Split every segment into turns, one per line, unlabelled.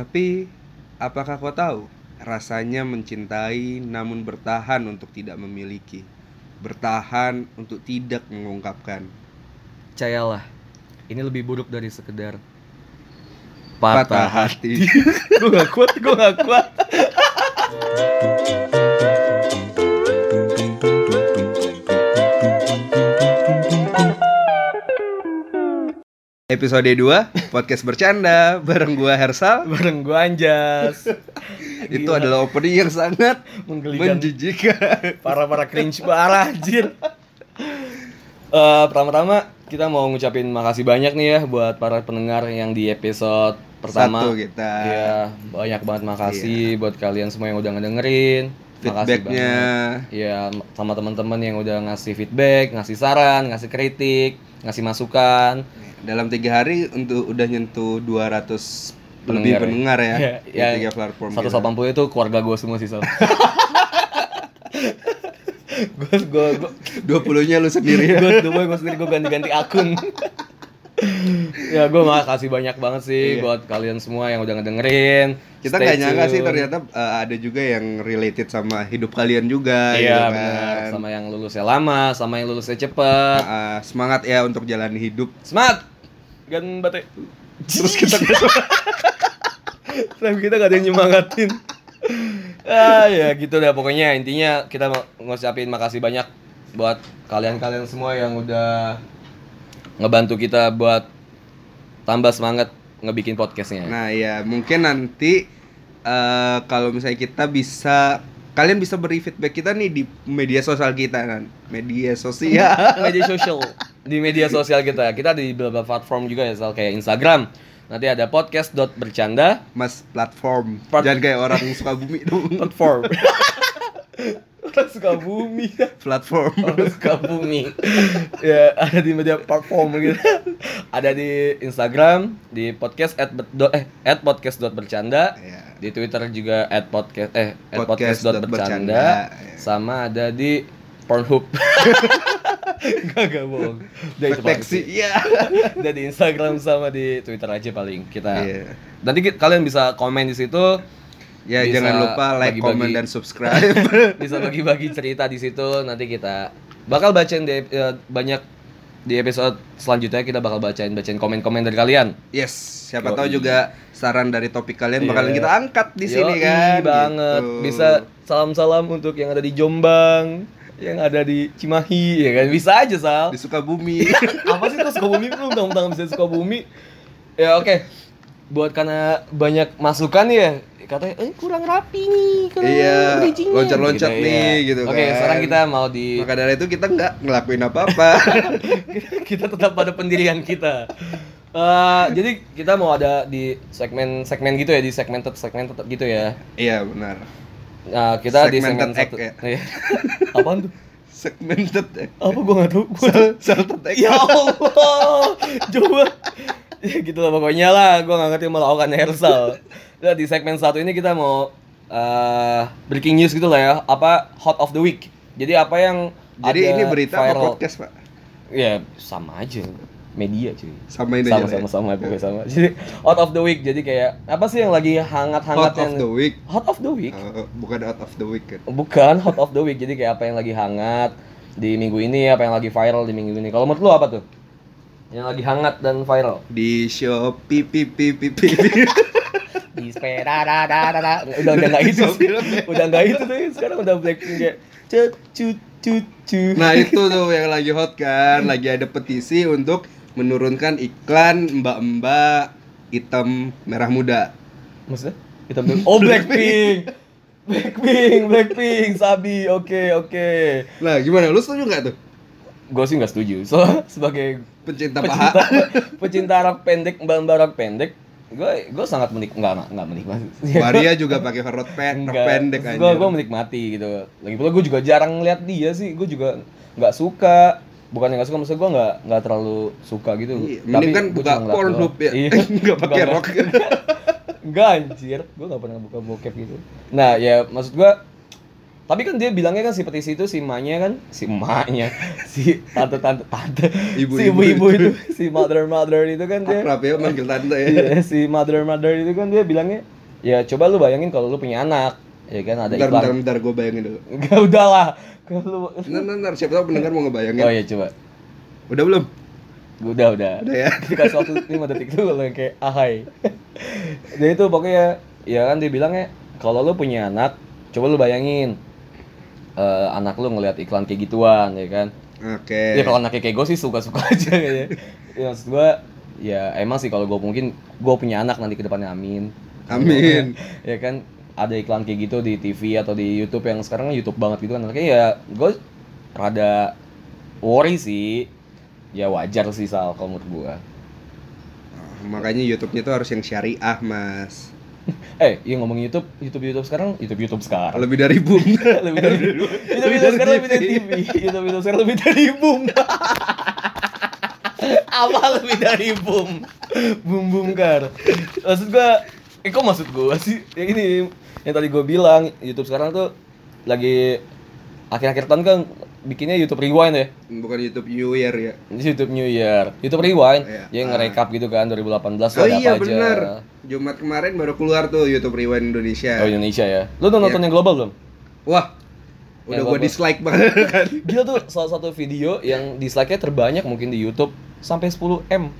Tapi, apakah kau tahu? Rasanya mencintai namun bertahan untuk tidak memiliki. Bertahan untuk tidak mengungkapkan.
Percayalah, ini lebih buruk dari sekedar
Patah hati.
gue gak kuat, gue gak kuat.
Episode 2, podcast bercanda bareng gua Hersal.
Bareng gue Anjas.
Itu
Gila,
adalah opening yang sangat
menggelikan
menjijikan.
para-para cringe parah anjir. Eh, Pertama-tama kita mau ngucapin makasih banyak nih ya buat para pendengar yang di episode pertama.
Satu kita.
Iya, banyak banget makasih buat kalian semua yang udah ngedengerin. Makasih
Feedbacknya.
banget. Iya, sama teman-teman yang udah ngasih feedback, ngasih saran, ngasih kritik, ngasih masukan.
Dalam tiga hari untuk udah nyentuh 200 lebih
Pendengar ya.
pendengar ya.
Iya,
Di
iya.
tiga platform. kita.
180 itu keluarga gue semua sih, Sal. gue gue gue
20-nya lu sendiri ya.
gue gue sendiri gue ganti-ganti akun. ya gue makasih banyak banget
Iya.
sih buat kalian semua yang udah ngedengerin.
Kita
Stay
nggak nyangka sih
tune.
ternyata eh, ada juga yang related sama hidup kalian juga
Iya
gitu kan.
benar, sama yang lulusnya lama, sama yang lulusnya
Ah,
cepet.
ah, semangat ya untuk jalani hidup.
Semangat. Gan bate.
Terus kita
Tapi kita gak ada yang nyemangatin. ah ya gitu dah pokoknya intinya kita mau ngucapin makasih banyak buat kalian-kalian semua yang udah ngebantu kita buat tambah semangat ngebikin podcastnya.
Nah, ya mungkin nanti eh, kalau misalnya kita bisa kalian bisa beri feedback kita nih di media sosial kita kan. Media sosial.
media sosial di media sosial kita. ya. Kita di beberapa platform juga ya, Sal, kayak Instagram. Nanti ada podcast.bercanda
Mas platform.
Plat-
Jangan kayak orang suka bumi dong.
platform. Orang suka bumi.
platform.
orang suka bumi ya ada di media platform gitu ada di Instagram di podcast at ber- do- eh at podcast dot bercanda
Ya.
di Twitter juga at podcast eh at podcast dot bercanda
podcast.bercanda. Ya.
sama ada di Pornhub gak gak bohong Udah itu paling
Proteksi.
sih.
Iya.
Udah di Instagram sama di Twitter aja paling kita
Iya.
nanti ki- kalian bisa komen di situ
Ya
Bisa
jangan lupa like,
bagi-bagi.
comment dan subscribe.
bisa bagi-bagi cerita di situ nanti kita bakal bacain di, eh, banyak di episode selanjutnya kita bakal bacain bacain komen-komen dari kalian
yes, siapa
Yoi.
tahu juga saran dari topik kalian bakalan
Iya.
kita angkat di sini
Yoi
kan.
banget
Gitu.
bisa salam-salam untuk yang ada di Jombang yang ada di Cimahi ya kan bisa aja sal
di Sukabumi.
apa sih tuh Sukabumi lu tentang bisa Sukabumi ya oke buat karena banyak masukan ya katanya eh kurang rapi nih kurang
Iya,
bridgingnya. iya.
loncat-loncat nih, gitu
oke
kan.
sekarang kita mau di
Maka dari itu kita nggak ngelakuin apa-apa.
kita tetap pada pendirian kita. Eh, jadi kita mau ada di segmen-segmen gitu ya, di segmented segmented gitu ya.
Iya benar.
Nah, kita di segmen
Segmented egg
satu.
ya.
Iya. Apaan tuh?
Segmented eh.
Apa gua nggak tahu. Gua...
Salted egg.
ya Allah. Coba. Ya gitu lah pokoknya lah, gua nggak ngerti melakukan hersal. Nah, di segmen satu ini kita mau eh breaking news gitu lah ya, apa hot of the week. Jadi apa yang
Jadi
ada
ini berita apa
viral.
podcast, Pak?
Ya, sama aja. Media cuy.
Sama ini
sama
aja. ya? Iya.
sama sama pokoknya sama jadi out of the week jadi kayak apa sih yang lagi hangat hangat
Hot of the week.
hot of the week
Eh, bukan out of the week kan.
bukan hot of the week jadi kayak apa yang lagi hangat di minggu ini apa yang lagi viral di minggu ini kalau menurut lu apa tuh yang lagi hangat dan viral
Di Shopee pi pi pi pi. pi.
di sepeda da, da, da, da. udah udah nggak itu sih
ya?
udah nggak itu tuh sekarang udah black kayak cut cut cut cut
Nah, itu tuh yang lagi hot kan. Lagi ada petisi untuk menurunkan iklan mbak-mbak hitam merah muda.
Maksudnya? Hitam dulu. Oh Blackpink. Blackpink, Blackpink, Sabi. Oke, oke.
Nah, gimana? Lu setuju nggak tuh?
Gue sih nggak setuju. So, sebagai
Pencinta
pecinta,
paha.
pecinta rock pendek, mbak-mbak rock pendek, gue gue sangat menik nggak nggak- nggak menikmati.
Maria juga pakai rok pen- rok pendek aja.
Gue gue menikmati gitu. Lagi pula gue juga jarang ngeliat dia sih. Gue juga nggak suka. Bukan yang nggak suka, maksudnya gue nggak nggak terlalu suka gitu.
Iya, mending kan
gua
buka
cuma ngeliat
Pornhub
doang.
ya.
Iya.
Enggak pakai
Nggak-
rok.
Enggak anjir, gue gak pernah buka bokep gitu Nah ya maksud gue Tapi kan dia bilangnya kan si petisi itu si emaknya kan, si emaknya, si tante-tante tante, si
Ibu-ibu
ibu-ibu
itu.
itu, si mother-mother itu kan dia.
Akrab ya manggil tante ya.
Iya, si mother-mother itu kan dia bilangnya, ya coba lu bayangin kalau lu punya anak, ya kan ada
bentar,
iklan.
bentar, bentar, gue bayangin dulu.
Enggak udahlah. Kalau lu-
Bentar, bentar, bentar, siapa tahu pendengar mau ngebayangin.
Oh iya coba.
Udah belum?
Udah, udah.
Udah ya.
Dikasih waktu 5 detik dulu kayak ahai. Dia itu pokoknya ya kan dia bilangnya kalau lu punya anak, coba lu bayangin eh, anak lu ngelihat iklan kayak gituan ya kan.
Oke.
Ya kalau anaknya kayak gue sih suka-suka aja kayaknya. Ya maksud gue ya emang sih kalau gue mungkin gue punya anak nanti ke depannya amin.
Amin.
ya kan ada iklan kayak gitu di TV atau di YouTube yang sekarang kan YouTube banget gitu kan. Kayak ya gue rada worry sih. Ya wajar sih Sal kalau menurut gue.
Oh, makanya YouTube-nya tuh harus yang syariah, Mas.
Eh, iya ngomong YouTube, YouTube YouTube sekarang, YouTube YouTube sekarang.
Lebih dari boom.
Lebih dari YouTube YouTube sekarang lebih dari
TV.
TV. YouTube YouTube sekarang lebih dari boom. Apa lebih dari boom? Boom boom kar. Maksud gua, eh kok maksud gua sih? Yang ini yang tadi gua bilang, YouTube sekarang tuh lagi akhir-akhir tahun kan bikinnya YouTube Rewind ya.
Bukan YouTube New Year ya.
YouTube New Year, YouTube Rewind,
Iya.
yang ngerekap gitu kan 2018
Oh
tuh ada
iya
apa aja.
benar. Jumat kemarin baru keluar tuh YouTube Rewind Indonesia.
Oh Indonesia ya. Lu udah nonton yang global belum?
Wah.
Ya,
Udah gua
gua-
dislike banget kan.
Gila tuh salah satu video yang dislike-nya terbanyak mungkin di YouTube sampai 10 M.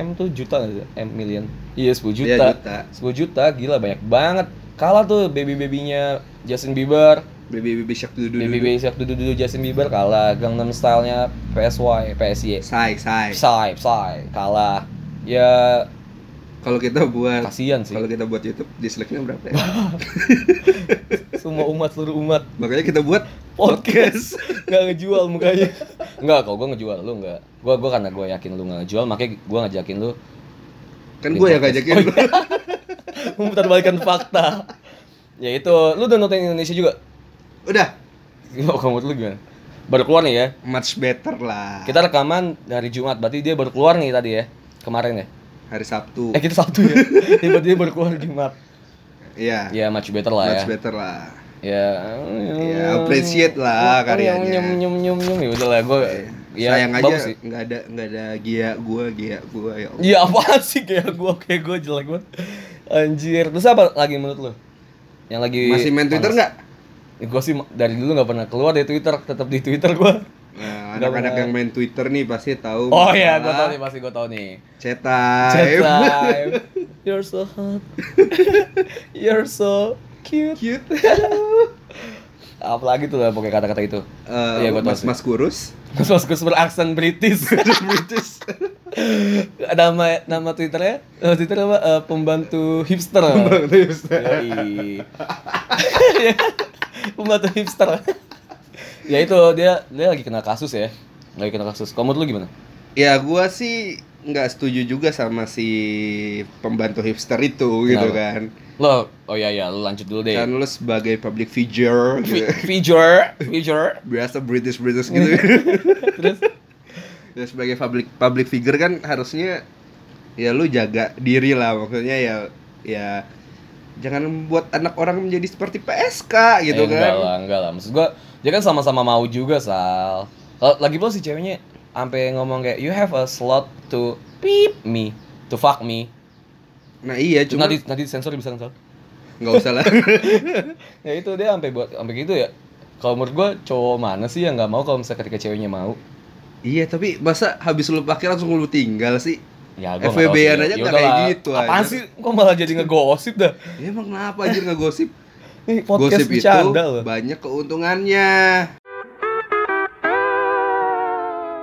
M tuh juta nggak sih? M million. Iya 10 juta.
Iya, juta.
10 juta gila banyak banget. Kalah tuh baby-babynya Justin Bieber,
Baby baby shark dudu dudu.
baby-baby siap dudu Justin Bieber kalah. Gangnam Style-nya PSY, PSY.
Sai sai.
Psy, Psy kalah. Ya
Kalau kita buat
kasihan sih.
kalau kita buat YouTube dislike-nya berapa ya?
Semua umat seluruh umat
Makanya kita buat
podcast nggak ngejual mukanya nggak kok gue ngejual lu nggak gue gue karena gue yakin lu nggak ngejual makanya gue ngajakin lu
kan gue yang
Podcast.
ngajakin
Oh, iya. memutarbalikkan fakta ya itu lu udah nonton Indonesia juga
Udah,
oh, kamu lu gimana baru keluar nih ya
much better lah.
kita rekaman dari Jumat berarti dia baru keluar nih tadi ya kemarin ya
hari Sabtu.
eh kita Sabtu ya tiba-tiba baru keluar Jumat
Iya.
ya much better lah ya
Much better lah.
ya
Ya, appreciate lah
karyanya
karyanya. Eh,
nyum nyum nyum nyum ya udahlah gue ya
Sayang
bagus
aja
sih.
nggak ada nggak ada gia gua, gia gua ya. Allah.
Iya apaan sih kayak gue kayak gue jelek banget. Anjir. Terus apa lagi menurut lo? Yang lagi
Masih main Twitter nggak?
gue sih ma- dari dulu nggak pernah keluar dari Twitter, tetap di Twitter gue.
Nah, anak-anak yang main Twitter nih pasti tahu.
Oh iya, gue
masalah
tau nih pasti gue tau nih.
Chat time.
Chat time. You're so hot. You're so cute.
Cute.
Apalagi tuh lah pakai kata-kata itu.
Eh,
Iya, gua tahu
mas
sih.
mas kurus.
Terus Mas beraksen British.
British.
nama nama Twitternya, nama Twitter apa? Eh, pembantu hipster.
Bang Tips.
Yoi. Pembantu hipster. ya itu dia dia lagi kena kasus ya. Lagi kena kasus. Kamu dulu gimana?
ya gua sih nggak setuju juga sama si pembantu hipster itu gitu
Kenapa?
kan.
Lo, oh iya iya, lo lanjut dulu deh.
Kan lu sebagai public figure gitu.
Fi- Feature, feature.
biasa British British gitu.
Terus
ya sebagai public public figure kan harusnya ya lu jaga diri lah maksudnya ya ya jangan membuat anak orang menjadi seperti PSK gitu
Eh,
kan.
Enggak lah, enggak lah. Maksud gua dia kan sama-sama mau juga, Sal. Kalau lagi pula si ceweknya sampai ngomong kayak you have a slot to peep me, to fuck me.
Nah iya
Cuma
cuma
nanti nanti sensor bisa Sal.
nggak usah lah.
ya itu dia sampai buat sampai gitu ya. Kalau menurut gua cowok mana sih yang nggak mau kalau misalnya ketika ceweknya mau?
iya tapi masa habis lu pakai langsung lu tinggal sih.
Ya,
FWB-an aja nggak kayak gitu
aja. Apaan
aja.
sih? Kok malah jadi ngegosip dah?
Ya, emang kenapa anjir nggak gosip?
Ini Eh,
Gosip
podcast
itu
bercanda loh.
banyak keuntungannya.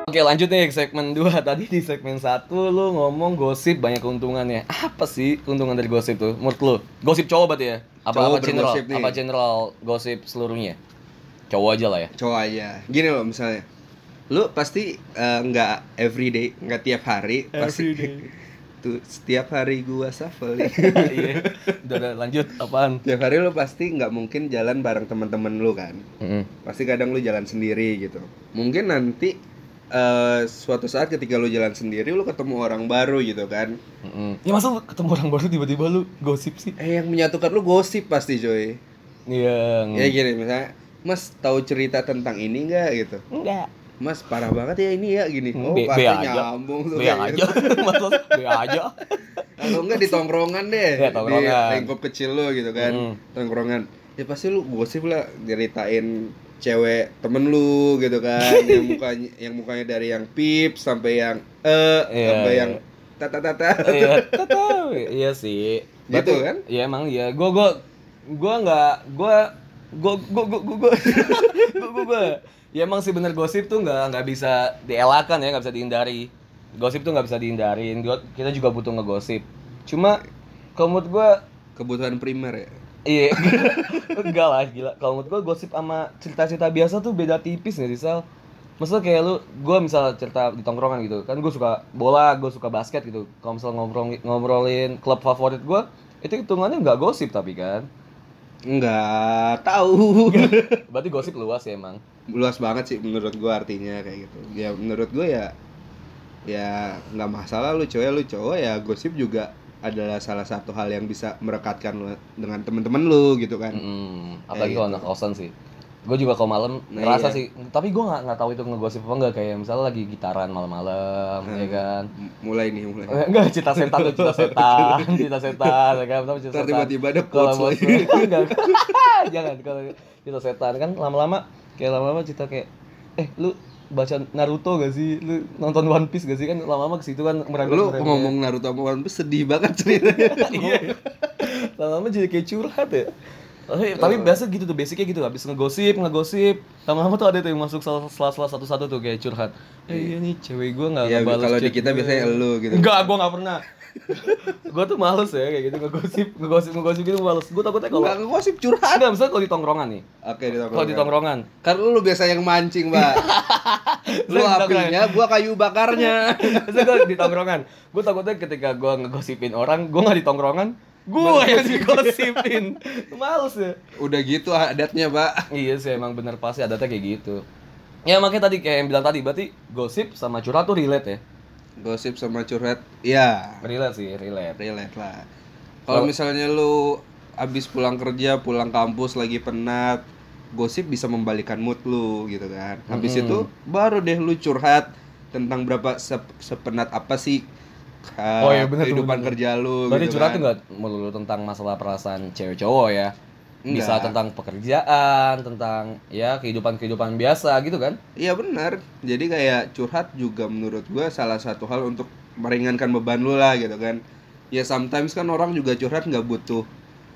Oke lanjut nih ke segmen 2 Tadi di segmen 1 lu ngomong gosip banyak keuntungannya Apa sih keuntungan dari gosip tuh menurut lu? Gosip cowok berarti ya? Apa,
Cowok
apa general?
bergosip nih.
Apa general gosip seluruhnya? Cowok aja lah ya
Cowok aja. Gini loh misalnya. Lu pasti eh, nggak everyday, nggak tiap hari, pasti tuh setiap hari gua shuffle.
Iya. Udah, udah, lanjut apaan?
Tiap hari lu pasti nggak mungkin jalan bareng teman-teman lu kan. Pasti kadang lu jalan sendiri gitu. Mungkin nanti eh, suatu saat ketika lu jalan sendiri lu ketemu orang baru gitu kan.
Mm-mm. Ya masa lu ketemu orang baru tiba-tiba lu gosip sih?
Eh yang menyatukan lu gosip pasti coy.
Iya
Ya gini misalnya Mas tahu cerita tentang ini nggak gitu?
Enggak.
Mas parah banget ya ini ya gini.
Hmm,
Oh,
be-
pasti
be aja.
nyambung tuh
Be
kayak
aja.
gitu.
Maksud be aja.
Atau enggak di tongkrongan deh.
Ya, tongkrongan.
Di lingkup kecil lo gitu kan.
Mm.
Tongkrongan. Ya pasti lu gosip lah nyeritain cewek temen lu gitu kan yang mukanya yang mukanya dari yang pip sampai yang eh
Iya,
sampai
iya.
yang tata tata
Iya, tahu. Iya sih.
Gitu
Berarti-
kan?
Iya emang iya. Gua gua gua enggak gua gua gua gua gua gua gua, gua, gua. Ya emang sih bener gosip tuh nggak nggak bisa dielakkan ya, nggak bisa dihindari. Gosip tuh nggak bisa dihindarin. Gua- Kita juga butuh ngegosip. Cuma kalau menurut gua
kebutuhan primer ya.
Iya, enggak lah gila. Kalau menurut gue gosip sama cerita-cerita biasa tuh beda tipis nih, Sal. Maksudnya kayak lu, gue misal cerita di tongkrongan gitu, kan gue suka bola, gue suka basket gitu. Kalau misal ngobrol ngobrolin klub favorit gue, itu hitungannya nggak gosip tapi kan.
Enggak tahu.
Berarti gosip luas ya emang.
luas banget sih menurut gua artinya kayak gitu ya menurut gua ya ya nggak masalah lu cowok lu cowok ya gosip juga adalah salah satu hal yang bisa merekatkan lu dengan temen-temen lu gitu kan
Mm,
Kayak
apalagi kalau
gitu.
anak kosan sih. Gue juga kalau malam
Nah,
ngerasa
iya.
sih, tapi gue nggak nggak tahu itu ngegosip apa enggak kayak misalnya lagi gitaran malam-malam, ya
Hmm.
kan.
M- mulai nih mulai
Eh, Enggak, cita setan tuh cita setan, cita setan, ya kan? Tapi cita
Ntar
setan.
tiba-tiba ada
Kalau
quotes
mau
lagi.
enggak, jangan kalau cita setan kan lama-lama kayak lama-lama cita kayak eh lu baca Naruto gak sih? Lu nonton One Piece gak sih? Kan lama-lama ke situ kan merembet.
lu
merembet.
ngomong Naruto sama One Piece sedih banget ceritanya
Iya. lama-lama jadi kayak curhat ya.
Eh.
Tapi, tapi biasa gitu tuh basicnya gitu habis ngegosip ngegosip lama-lama tuh ada tuh yang masuk sela-sela satu-satu tuh kayak curhat. Eh, iya nih cewek gua nggak
ya
ngebales
kalau di
chat Iya,
kita
gue.
biasanya elu gitu
Enggak, gua nggak pernah. gua tuh males ya kayak gitu ngegosip, ngegosip, ngegosip gitu males. Gua takutnya kalau
nggak ngegosip curhat
enggak misalnya kalau di tongkrongan nih.
oke
Kalau
ditongkrong
di tongkrongan.
karena lu biasa yang mancing mbak lu
Saya ditongkrong.
apinya gua kayu bakarnya
Misalnya gua di tongkrongan. Gua takutnya ketika gua ngegosipin orang, gua nggak di tongkrongan, gua yang digosipin. males ya.
udah gitu adatnya pak
Iya sih emang bener pasti adatnya kayak gitu. Ya makanya tadi kayak yang bilang tadi berarti gosip sama curhat tuh relate ya.
gosip sama curhat ya
Relate sih, relate.
relate lah. Kalau misalnya lu abis pulang kerja, pulang kampus lagi penat, gosip bisa membalikan mood lu gitu kan. Habis itu baru deh lu curhat tentang berapa sep- sepenat apa sih uh,
Oh iya, bener tuh,
kehidupan
bener.
kerja lu
Berarti
gitu
curhat
kan.
tuh nggak melulu tentang masalah perasaan cewek cowok ya. Bisa
Nggak.
tentang pekerjaan, tentang ya kehidupan-kehidupan biasa gitu kan.
Iya benar. Jadi kayak curhat juga menurut gua salah satu hal untuk meringankan beban lu lah gitu kan. Ya sometimes kan orang juga curhat nggak butuh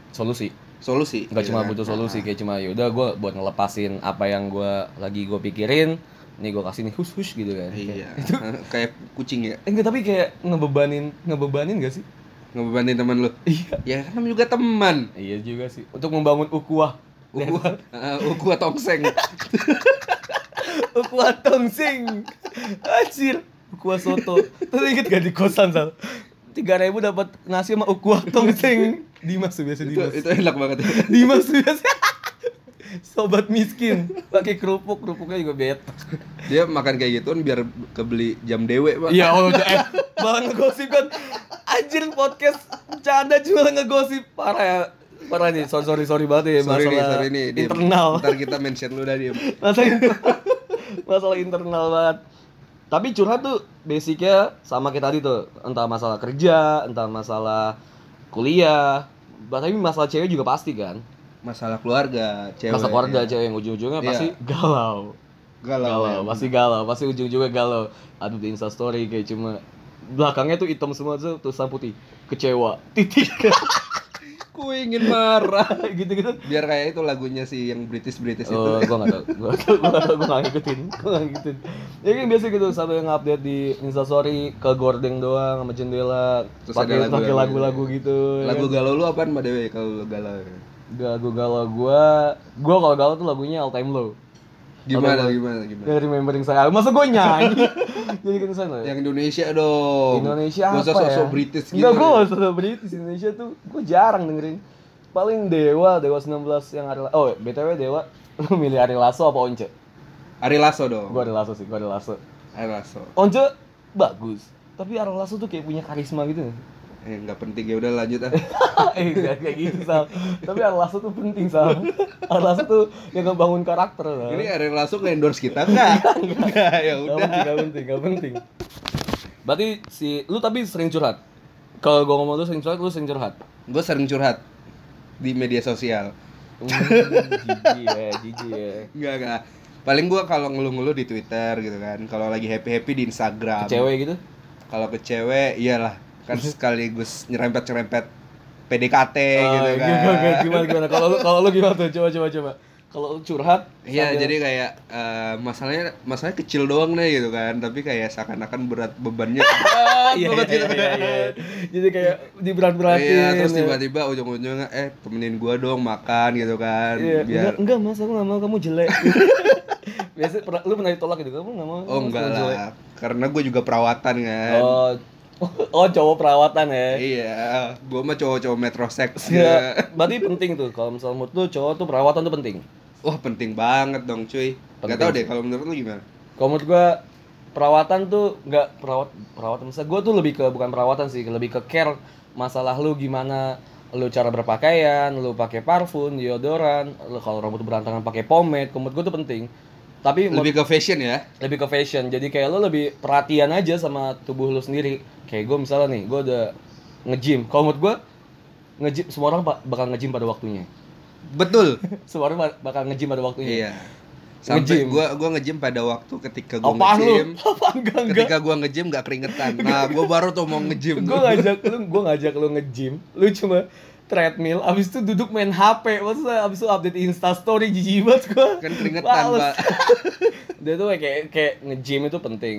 Solusi.
solusi.
Nggak
gitu
cuma
kan.
butuh solusi kayak cuma yaudah gue buat ngelepasin apa yang gua lagi gue pikirin, nih gue kasih nih hus-hus gitu kan.
Iya. kayak kucing ya.
Eh, enggak tapi kayak ngebebanin, ngebebanin gak sih?
ngebebanin teman lu
Iya.
ya kan namanya juga teman
Iya juga sih. Untuk membangun ukuah.
ukuah uh, ukuah tongseng
ukuah tongsing. Anjir. Ukuah soto. Terus inget gak di kosan, Sal? 3000 dapat nasi sama ukuah tongsing. Dimas tuh biasa
itu
Dimas.
itu enak banget
Dimas tuh biasa. Sobat miskin pakai kerupuk, kerupuknya juga betak.
dia makan kayak gituan biar kebeli jam dewe pak
Iya, oh, eh, malah ngegosip kan. Anjir podcast canda jual ngegosip parah ya. Parah nih, sorry sorry, sorry banget ya
sorry nih
masalah
sorry nih Diem.
internal.
ntar kita mention lu dah diem
masalah internal, masalah internal banget tapi curhat tuh basicnya sama kayak tadi tuh entah masalah kerja entah masalah kuliah bah- tapi masalah cewek juga pasti kan
masalah keluarga cewek
masalah keluarga
ya.
cewek yang ujung-ujungnya
Iya.
pasti galau
galau,
galau
ya.
pasti galau pasti ujung-ujungnya galau aduh di instastory kayak cuma belakangnya tuh hitam semua tuh tulisan putih kecewa titik
ku ingin marah
gitu-gitu
biar kayak itu lagunya si yang British British itu
Oh, gua nggak tau, gua gak tau, gua nggak tau, gua nggak ngikutin, gua nggak ngikutin. Ya kan biasa gitu, sampai nge-update di Instastory ke gorden doang sama jendela,
Terus ada
pakai
lagu-lagu gitu.
pakai lagu-lagu gitu. ya
lagu
kan.
galau lu apaan mbak dewe kalau lu galau
lagu galau gua, gua kalau galau tuh lagunya All Time Low.
gimana gimana gimana
Dari remembering saya, masa gua nyanyi? Jadi kan sana ya.
yang Indonesia dong
Indonesia
Gak
apa
usah
ya?
sosok British gitu
Enggak, gua nggak sosok British Indonesia tuh, gua jarang dengerin. Paling Dewa, Dewa 19 yang Ari La- Oh, BTW Dewa, lu milih Ari Lasso apa Once?
Ari Lasso dong
Gua Ari Lasso sih,
Eh,
gua Ari Lasso.
Ari Lasso
Once bagus, tapi Ari Lasso tuh kayak punya karisma gitu.
eh nggak penting ya udah lanjut ah
eh jangan kayak gitu Sal tapi Arlaso tuh penting Sal Arlaso tuh yang ngebangun karakter Sal
ini Ariel langsung endorse kita nggak nggak ya
Nggak
udah
penting, gak penting, gak penting
Berarti si lu tapi sering curhat. Kalau gua ngomong lu sering curhat, lu sering curhat.
gue sering curhat di media sosial Uh,
Jiji ya, jiji ya
nggak nggak paling gue kalau ngeluh-ngeluh di Twitter gitu kan kalau lagi happy happy di Instagram
Cewek gitu
kalau ke cewek iyalah kan sekaligus nyerempet nyerempet PDKT
Oh,
gitu kan
Ah, gimana, gimana, gimana, gimana? Kalau lu, kalau lu gimana tuh? Coba, coba, coba Kalau lu curhat
Iya,
sambil-
jadi kayak eh, masalahnya masalahnya kecil doang deh gitu kan, tapi kayak seakan-akan berat bebannya. berat
Iya,
banget
iya,
gitu.
iya, iya. Jadi kayak diberat-beratin
Iya, terus
ya.
tiba-tiba ujung-ujungnya eh temenin gua dong makan gitu kan.
Iya,
Biar
enggak, enggak mas, aku gak mau kamu jelek Biasa, pernah, lu pernah ditolak gitu, kamu gak mau
oh
kamu
enggak
jelek.
lah, karena gua juga perawatan kan.
Oh, oh cowok perawatan ya
Iya, gua mah cowok-cowok metroseks.
Iya,
Iya.
berarti penting tuh kalau misalnya menurut lu cowok tuh perawatan tuh penting.
Wah, penting banget dong, cuy. Gak
Penting
tau
sih.
deh kalau menurut lu gimana?
Kalau menurut gua perawatan tuh nggak perawat perawatan misalnya gua tuh lebih ke bukan perawatan sih, lebih ke care masalah lu gimana lu cara berpakaian, lu pakai parfum, deodoran, lu kalau rambut berantakan pakai pomade, menurut gua tuh penting. Tapi menurut-
Lebih ke fashion ya.
lebih ke fashion. Jadi kayak lu lebih perhatian aja sama tubuh lu sendiri. Kayak gua misalnya nih, gua udah nge-gym. Kalau menurut gua nge-gym semua orang pa- bakal nge-gym pada waktunya.
Betul.
Semua orang ba- bakal nge-gym pada waktunya.
Iya. Sampai
Nge-gym.
gua gua nge-gym pada waktu ketika gua
Apaan lu?
nge-gym.
Apaan enggak enggak?
ketika gua nge-gym gak keringetan nah gua baru tuh mau nge-gym
Gue ngajak lu, gue ngajak lu nge-gym, lu cuma treadmill, abis itu duduk main HP, maksudnya abis itu update Insta Story, jijik banget gue.
kan keringetan
Males.
pak
Dia tuh kayak kayak nge-gym itu penting.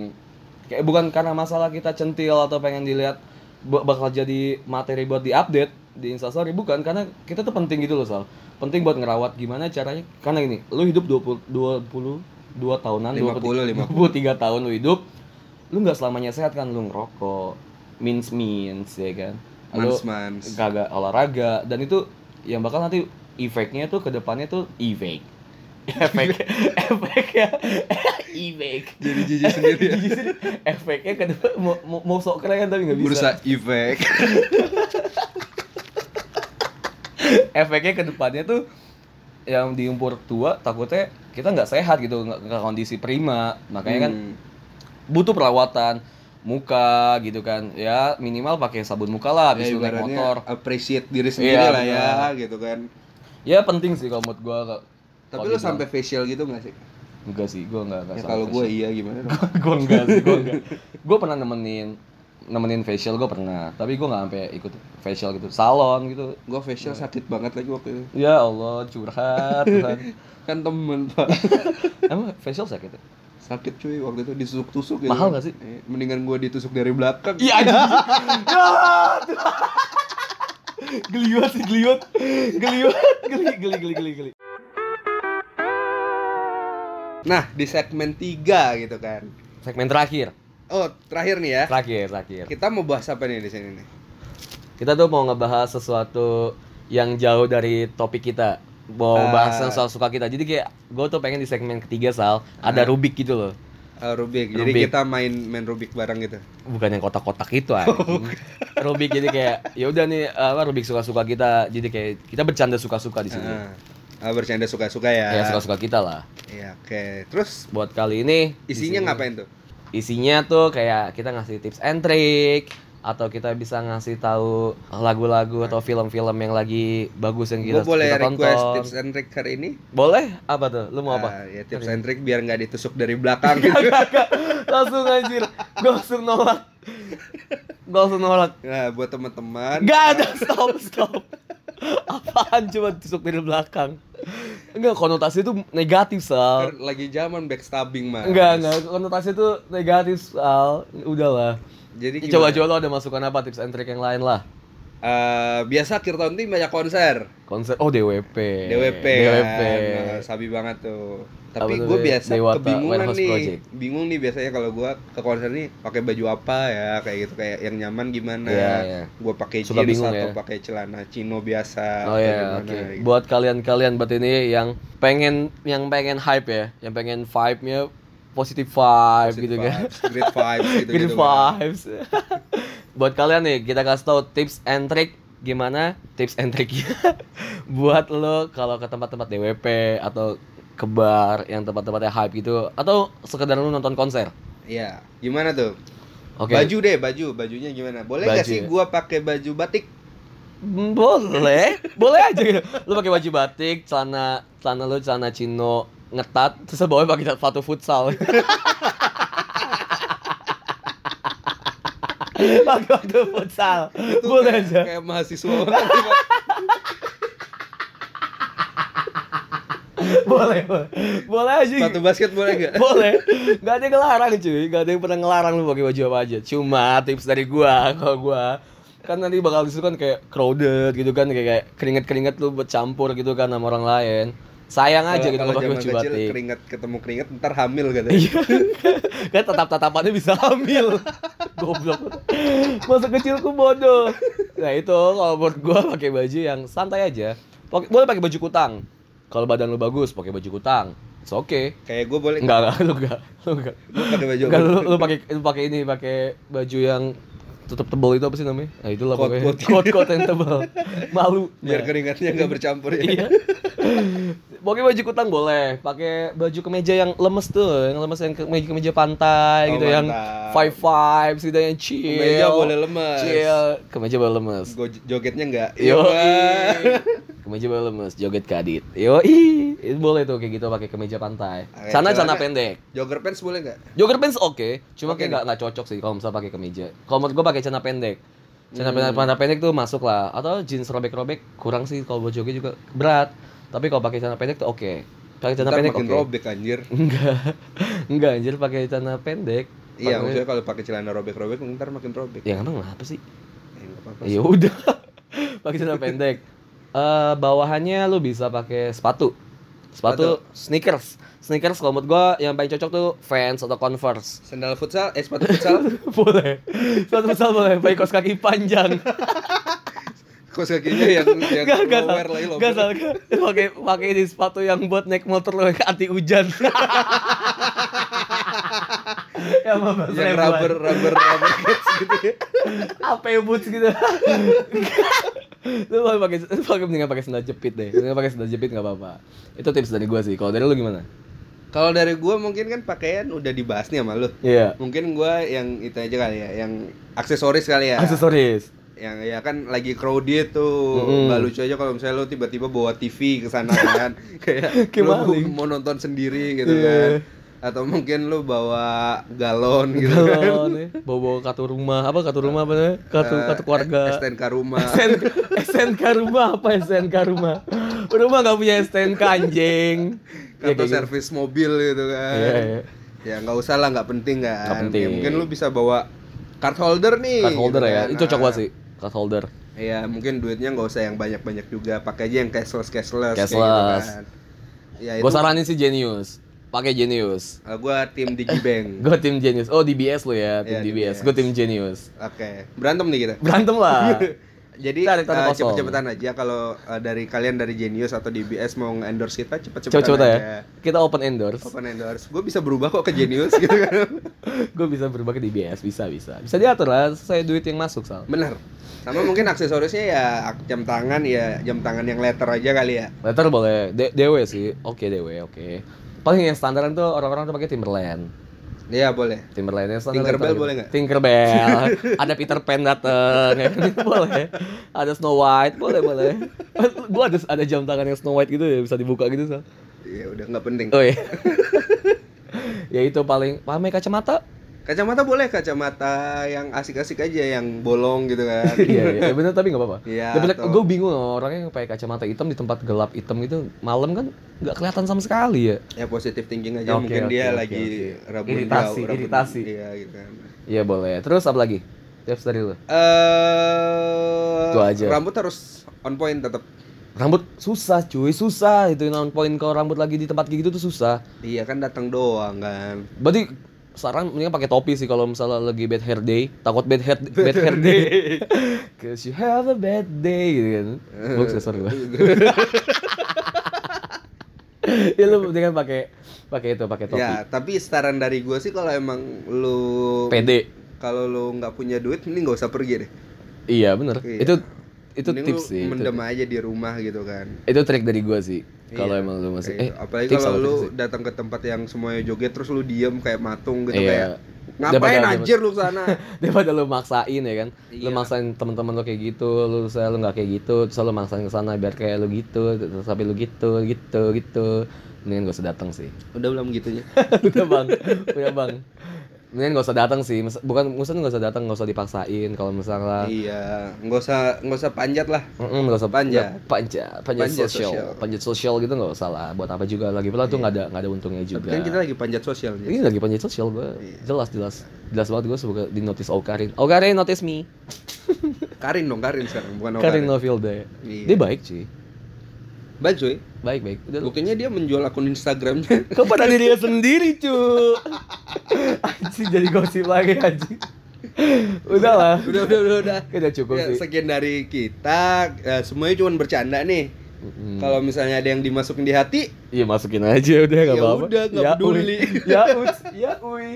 Kayak bukan karena masalah kita centil atau pengen dilihat ba- bakal jadi materi buat diupdate di Instastory bukan karena kita tuh penting gitu loh Sal. Penting buat ngerawat gimana caranya. Karena ini, lu hidup 20 22 tahunan,
50,
20, 23 tahun lu hidup. Lu nggak selamanya sehat kan lu ngerokok, means means ya kan. Lu
mans mans
kagak olahraga dan itu yang bakal nanti efeknya tuh ke depannya tuh efek efek efeknya efek
jadi jijik sendiri ya
efeknya Iya, ke depan mau, mau, mau sok keren tapi nggak bisa
berusaha efek
efeknya ke depannya tuh yang di umur tua takutnya kita nggak sehat gitu nggak nggak kondisi prima makanya kan
Hmm.
butuh perawatan muka gitu kan ya minimal pakai sabun muka lah habis
ya,
itu naik
ibaratnya
motor
appreciate diri sendiri
Iya,
lah ya gitu kan
ya penting sih kalau menurut gua kalau-
tapi
kalau
lu
dibilang-
sampai facial gitu gak sih
enggak sih gua enggak enggak
ya,
sampai
kalau
sih.
gua iya gimana dong?
gue enggak sih gue enggak gue pernah nemenin nemenin facial gue pernah tapi gue nggak sampai ikut facial gitu salon gitu
gua facial sakit banget lagi waktu itu
ya allah curhat Tuhan.
kan temen pak
emang facial sakit ya?
sakit cuy waktu itu ditusuk-tusuk gitu
Mahal
kan.
nggak sih?
Eh, mendingan gua ditusuk dari belakang
iya anjing. Ya, Tuhan. geliwat sih geliwat geliwat geli geli geli geli geli
nah di segmen 3 gitu kan
segmen terakhir
oh terakhir nih ya
terakhir terakhir
kita mau bahas apa nih di sini nih
kita tuh mau ngebahas sesuatu yang jauh dari topik kita mau
Ah.
bahas yang soal suka kita jadi kayak gue tuh pengen di segmen ketiga sal ada rubik gitu loh
Uh, Rubik. Jadi
Rubik.
kita main main Rubik bareng gitu.
bukan yang kotak-kotak itu
Oh,
anjing. Rubik jadi kayak ya udah nih apa Rubik suka-suka kita. Jadi kayak kita bercanda suka-suka di sini.
Heeh. Ah, bercanda suka-suka ya.
Ya suka-suka kita lah.
Iya, oke. Terus
Buat kali ini di
isinya
sini-
ngapain tuh?
Isinya tuh kayak kita ngasih tips and trick atau kita bisa ngasih tahu lagu-lagu atau film-film yang lagi bagus yang
Gue
kita,
boleh
kita
request
tonton.
tips and trick hari ini?
Boleh? Apa tuh? Lu mau
Ah,
apa?
ya tips and trick biar nggak ditusuk dari belakang gitu.
langsung anjir. Gua langsung nolak. Gua langsung nolak.
Nah, buat teman-teman.
Gak ada stop stop. Apaan cuma tusuk dari belakang? Enggak konotasi itu negatif
kan
sal.
Lagi zaman backstabbing, Mas.
Enggak enggak konotasi itu negatif sal. Udahlah.
Jadi gimana?
Coba coba lo ada masukan apa tips and trick yang lain lah.
Eh, biasa akhir tahun ini banyak konser.
Konser oh DWP.
DWP,
DWP.
kan. Nah, sabi banget tuh. Tapi
Apa tuh,
gue
De-
biasa
Dewata
kebingungan
Warehouse
nih.
Project?
Bingung nih biasanya kalau gue ke konser nih pakai baju apa ya kayak gitu kayak yang nyaman gimana.
Iya,
Gua
iya.
Gue pakai
Suka
jeans
bingung
atau
ya.
pakai celana chino biasa.
Oh
atau
ya,
gimana,
oke.
gitu.
Buat kalian-kalian buat ini yang pengen yang pengen hype ya, yang pengen vibe-nya positive vibe
Positive
gitu kan.
vibes, Great vibes gitu.
Good
gitu
vibes. buat kalian nih kita kasih tahu tips and trick gimana tips and trick buat lo kalau ke tempat-tempat DWP atau ke bar yang tempat-tempatnya hype gitu atau sekedar lo nonton konser.
Iya, gimana tuh?
Oke.
Baju deh, baju, bajunya gimana? Boleh nggak
Baju
sih
ya.
gua pakai baju batik?
Mm, Boleh, boleh aja gitu. Lu pakai baju batik, celana celana lu celana chino ngetat, terus bawahnya pakai sepatu futsal. Pakai sepatu futsal. Boleh
kayak-
aja.
Kayak mahasiswa. banget, Pak.
Boleh, boleh. Boleh aja.
Sepatu basket boleh nggak?
Boleh. Gak ada yang ngelarang cuy, gak ada yang pernah ngelarang lu pakai baju apa aja. Cuma tips dari gua, kalau gua kan nanti bakal disitu kan kayak crowded gitu kan kayak, kayak keringet-keringet lu bercampur gitu kan sama orang lain. Sayang aja
Kalau-
gitu
kalau
pakai
zaman
baju
kecil
batik.
keringat ketemu keringat ntar hamil katanya.
Iya. kan tatap-tatapannya bisa hamil. Goblok. Masa kecilku bodoh. Nah, itu kalau buat gua pakai baju yang santai aja. Pok- Boleh pakai baju kutang. Kalau badan lu bagus, pakai baju kutang. It's okay.
Kayak gue boleh
Enggak, enggak, lu enggak. Lu enggak.
Gua pakai baju
Enggak,
apa?
lu, lu pakai lu pakai ini, pakai baju yang tutup tebal itu apa sih namanya? Nah, itulah
Coat,
pokoknya.
coat.
Kot-kot yang tebal. Malu.
biar
Nah.
keringatnya nggak bercampur ya.
Iya. Pakai baju kutang boleh, pakai baju kemeja yang lemes tuh, yang lemes yang kemeja kemeja pantai
Oh,
gitu, yang
mantap.
five vibes gitu, yang chill.
Kemeja boleh lemes.
Chill, kemeja boleh lemes.
Gue jogetnya nggak. Iya,
Yo,
Pak.
kemeja boleh lemes, joget kadit. Yo, itu boleh tuh kayak gitu pakai kemeja pantai.
Oke,
Sana
celana.
celana pendek.
Jogger pants boleh nggak?
Jogger pants oke, cuma
Oke
kayak nggak nggak cocok sih kalau misalnya pakai kemeja. Kalau menurut gua pakai celana pendek. Celana pendek, celana pendek tuh masuk lah. Atau jeans robek-robek kurang sih kalau buat jogging juga berat. Tapi kalau pakai celana pendek tuh oke. Pakai celana
Ntar
pendek
makin
oke.
robek anjir.
Enggak. Enggak anjir pakai celana pendek.
Iya,
Pakai-
maksudnya kalau pakai celana robek-robek ntar makin robek.
Ya emang apa sih?
Eh, nggak apa-apa.
Ya udah. pakai celana pendek. Eh bawahannya lu bisa pakai sepatu. Sepatu sneakers. Sneakers kalau menurut gua yang paling cocok tuh Vans atau Converse.
Sandal futsal, eh sepatu futsal,
boleh sepatu futsal boleh pakai kaos kaki panjang
kaos kakinya yang yang
nggak nggak
lower lagi
salah
lower.
nggak salah pakai pakai ini sepatu yang buat naik motor lo yang anti hujan ya mama
Yang rubber, rubber, rubber boots gitu ya.
apa boots gitu lu mau pakai pakai mendingan pakai sandal jepit deh mendingan pakai sandal jepit nggak apa-apa itu tips dari gua sih kalau dari lu gimana
Kalau dari gua mungkin kan pakaian udah dibahas nih sama lu.
iya
Mungkin gua yang itu aja kali ya, yang aksesoris kali ya.
aksesoris
yang ya kan lagi crowded tuh
Mm-mm.
nggak lucu aja kalau misalnya lo tiba-tiba bawa TV ke sana kan kayak
Kayak
lo
maling.
mau nonton sendiri gitu
Iya.
kan atau mungkin lo bawa galon gitu kan
kalau nih bawa kartu rumah apa kartu rumah apa namanya? kartu
Eh,
kartu keluarga
S- STNK rumah
SN SNK rumah apa SNK rumah? Rumah nggak punya SNK anjing. Ya,
kartu
kayak gitu.
servis mobil gitu kan
Iya, iya.
ya nggak usah lah nggak penting kan
Nggak penting.
Ya, mungkin lo bisa bawa card holder nih
Card holder
gitu
ya,
kan.
itu cocok banget
Ah.
sih. Card holder.
Iya, mungkin duitnya nggak usah yang banyak-banyak juga, pakai aja yang cashless cashless, kayak
Cashless.
gitu kan. Ya itu
Gue saranin sih Genius. Pakai Genius.
eh, gua tim Digibank.
Gue tim Genius. Oh DBS lo ya,
Iya,
tim
DBS.
DBS. Gue tim Genius.
Oke, berantem nih kita.
Berantem lah.
Jadi
Tarik tanah
eh,
kosong.
cepet-cepetan aja kalau eh, dari kalian dari Genius atau DBS mau endorse kita cepet-cepetan
Coba-coba
aja.
ya. Kita open endorse.
Open endorse. Gue bisa berubah kok ke Genius gitu kan.
Gue bisa berubah ke DBS, bisa bisa. Bisa diatur lah, saya duit yang masuk sal.
Bener. Sama mungkin aksesorisnya ya ak- jam tangan ya jam tangan yang letter aja kali ya.
Letter boleh, D- DW sih. Oke DW, oke. Paling yang standaran tuh orang-orang tuh pakai Timberland.
Iya boleh.
Timberland yang standar
Tinkerbell
itu.
boleh nggak?
Tinkerbell. ada Peter Pan dateng, ya kan? boleh. Ada Snow White, boleh boleh. Gua ada ada jam tangan yang Snow White gitu ya bisa dibuka gitu so.
Ya udah nggak penting.
Oh iya. ya itu paling pamer kacamata.
Kacamata boleh kacamata yang asik-asik aja yang bolong gitu kan.
Iya iya ya, bener tapi nggak apa-apa.
Iya, atau-
gue bingung loh, orangnya yang pakai kacamata hitam di tempat gelap hitam gitu malam kan nggak kelihatan sama sekali ya.
ya positif thinking aja
Oke,
mungkin
oke,
dia
oke,
lagi
oke.
rabun
Iritasi,
jauh, rabun-
iritasi.
Iya gitu kan.
Iya boleh. Terus apa lagi? Tips dari lu.
Eh,
Itu aja.
Rambut harus on point tetap.
Rambut susah cuy, susah itu non point kalau rambut lagi di tempat kayak gitu tuh susah.
Iya kan datang doang kan.
Berarti saran mendingan pakai topi sih kalau misalnya lagi bad hair day, takut bad hair bad hair day. Cause you have a bad day gitu kan.
Eh,
Box ya, sorry gua.
iya.
ya lu mendingan pakai pakai itu, pakai topi.
Ya, tapi saran dari gue sih kalau emang Ya, lu
PD.
kalau lo nggak punya duit mending nggak usah pergi deh
Iya bener.
Iya.
Itu itu
Mending
tips
lu
sih. Itu,
mendem aja di rumah gitu kan
itu trik dari gua sih. Kalau
Iya,
emang lu masih
kayak
eh
gitu. apalagi
tips
kalau
apa
lu
tips sih?
datang ke tempat yang semuanya joget terus lu diem kayak matung gitu
Iya.
kayak ngapain
Daripada-
anjir lu sana
daripada lu maksain ya kan lu
Iya.
maksain teman-teman lu kayak gitu lu saya lu nggak kayak gitu terus lu maksain ke sana biar kayak lu gitu terus tapi lu gitu gitu gitu mendingan gak usah datang sih
udah belum gitunya
udah bang udah bang mendingan gak usah datang sih Mas- bukan maksudnya gak usah datang gak usah dipaksain kalau misalnya
iya nggak usah nggak usah panjat lah
Mm-mm, nggak usah
Panjat.
nggak- panjat panjat
Panjat
sosial
sosial.
panjat sosial gitu nggak usah lah buat apa juga lagi pula tuh nggak ada nggak ada untungnya
Iya. tapi
juga
kan kita Iya. lagi panjat sosial Jir.
ini lagi panjat sosial gue jelas jelas jelas banget gue sebagai di notice Okarin Okarin notice me
Karin dong Karin sekarang bukan
Karin
Okarin.
Novilde
Iya.
ya? dia baik cuy
baik cuy
baik baik udah lu
buktinya dia menjual akun Instagramnya
kepada diri dia sendiri cu anjing jadi gosip lagi anjing udahlah
udah udah udah udah
udah cukup
Ya,
sih
sekian dari kita Eh, semuanya cuma bercanda nih
Mm-mm.
kalau misalnya ada yang dimasukin di hati
iya masukin aja udah nggak
Ya
apa-apa
udah, nggak
Ya,
peduli.
uy. ya uy ya uy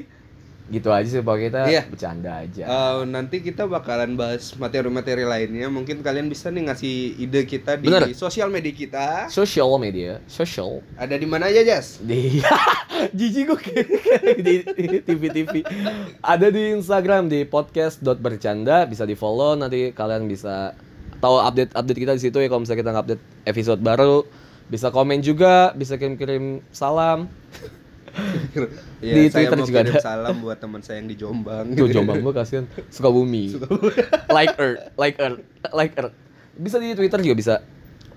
gitu aja sih pak kita
Iya.
bercanda aja
eh, nanti kita bakalan bahas materi-materi lainnya mungkin kalian bisa nih ngasih ide kita di
Bener.
sosial media kita
social media social
ada di mana aja Jas
di jijik gue kayak di TV-TV ada di Instagram di podcast.bercanda bisa di follow nanti kalian bisa tahu update update kita di situ ya kalau misalnya kita update episode baru bisa komen juga bisa kirim kirim salam
Ya,
Di
saya
Twitter
mau
juga
kirim
ada.
salam buat teman saya yang di Jombang
tuh jombang gue kasihan suka bumi like earth like earth like earth bisa di Twitter juga bisa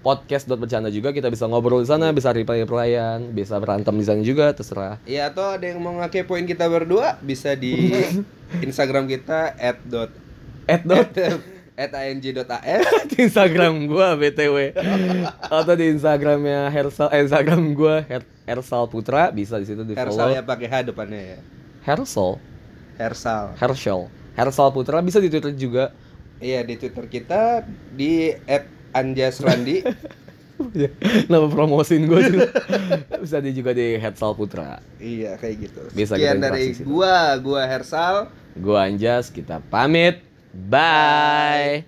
podcast.bercanda juga kita bisa ngobrol di sana bisa reply replyan bisa berantem di sana juga terserah
Ya atau ada yang mau ngake poin kita berdua bisa di Instagram kita at dot
at dot
at ing.as
di Instagram gua BTW atau di Instagramnya Hersal eh, Instagram gua Her Hersal Putra bisa di situ di
Hersal
follow
ya pakai H depannya ya
Hersal
Hersal
Hershal Hersal Putra bisa di Twitter juga
Iya di Twitter kita di at Anjas Randi
nama promosiin gua juga bisa di juga di Hersal Putra
Iya kayak gitu
Bisa
Sekian
kita
dari
interaksi situ.
gua, gua Hersal
gua Anjas kita pamit bye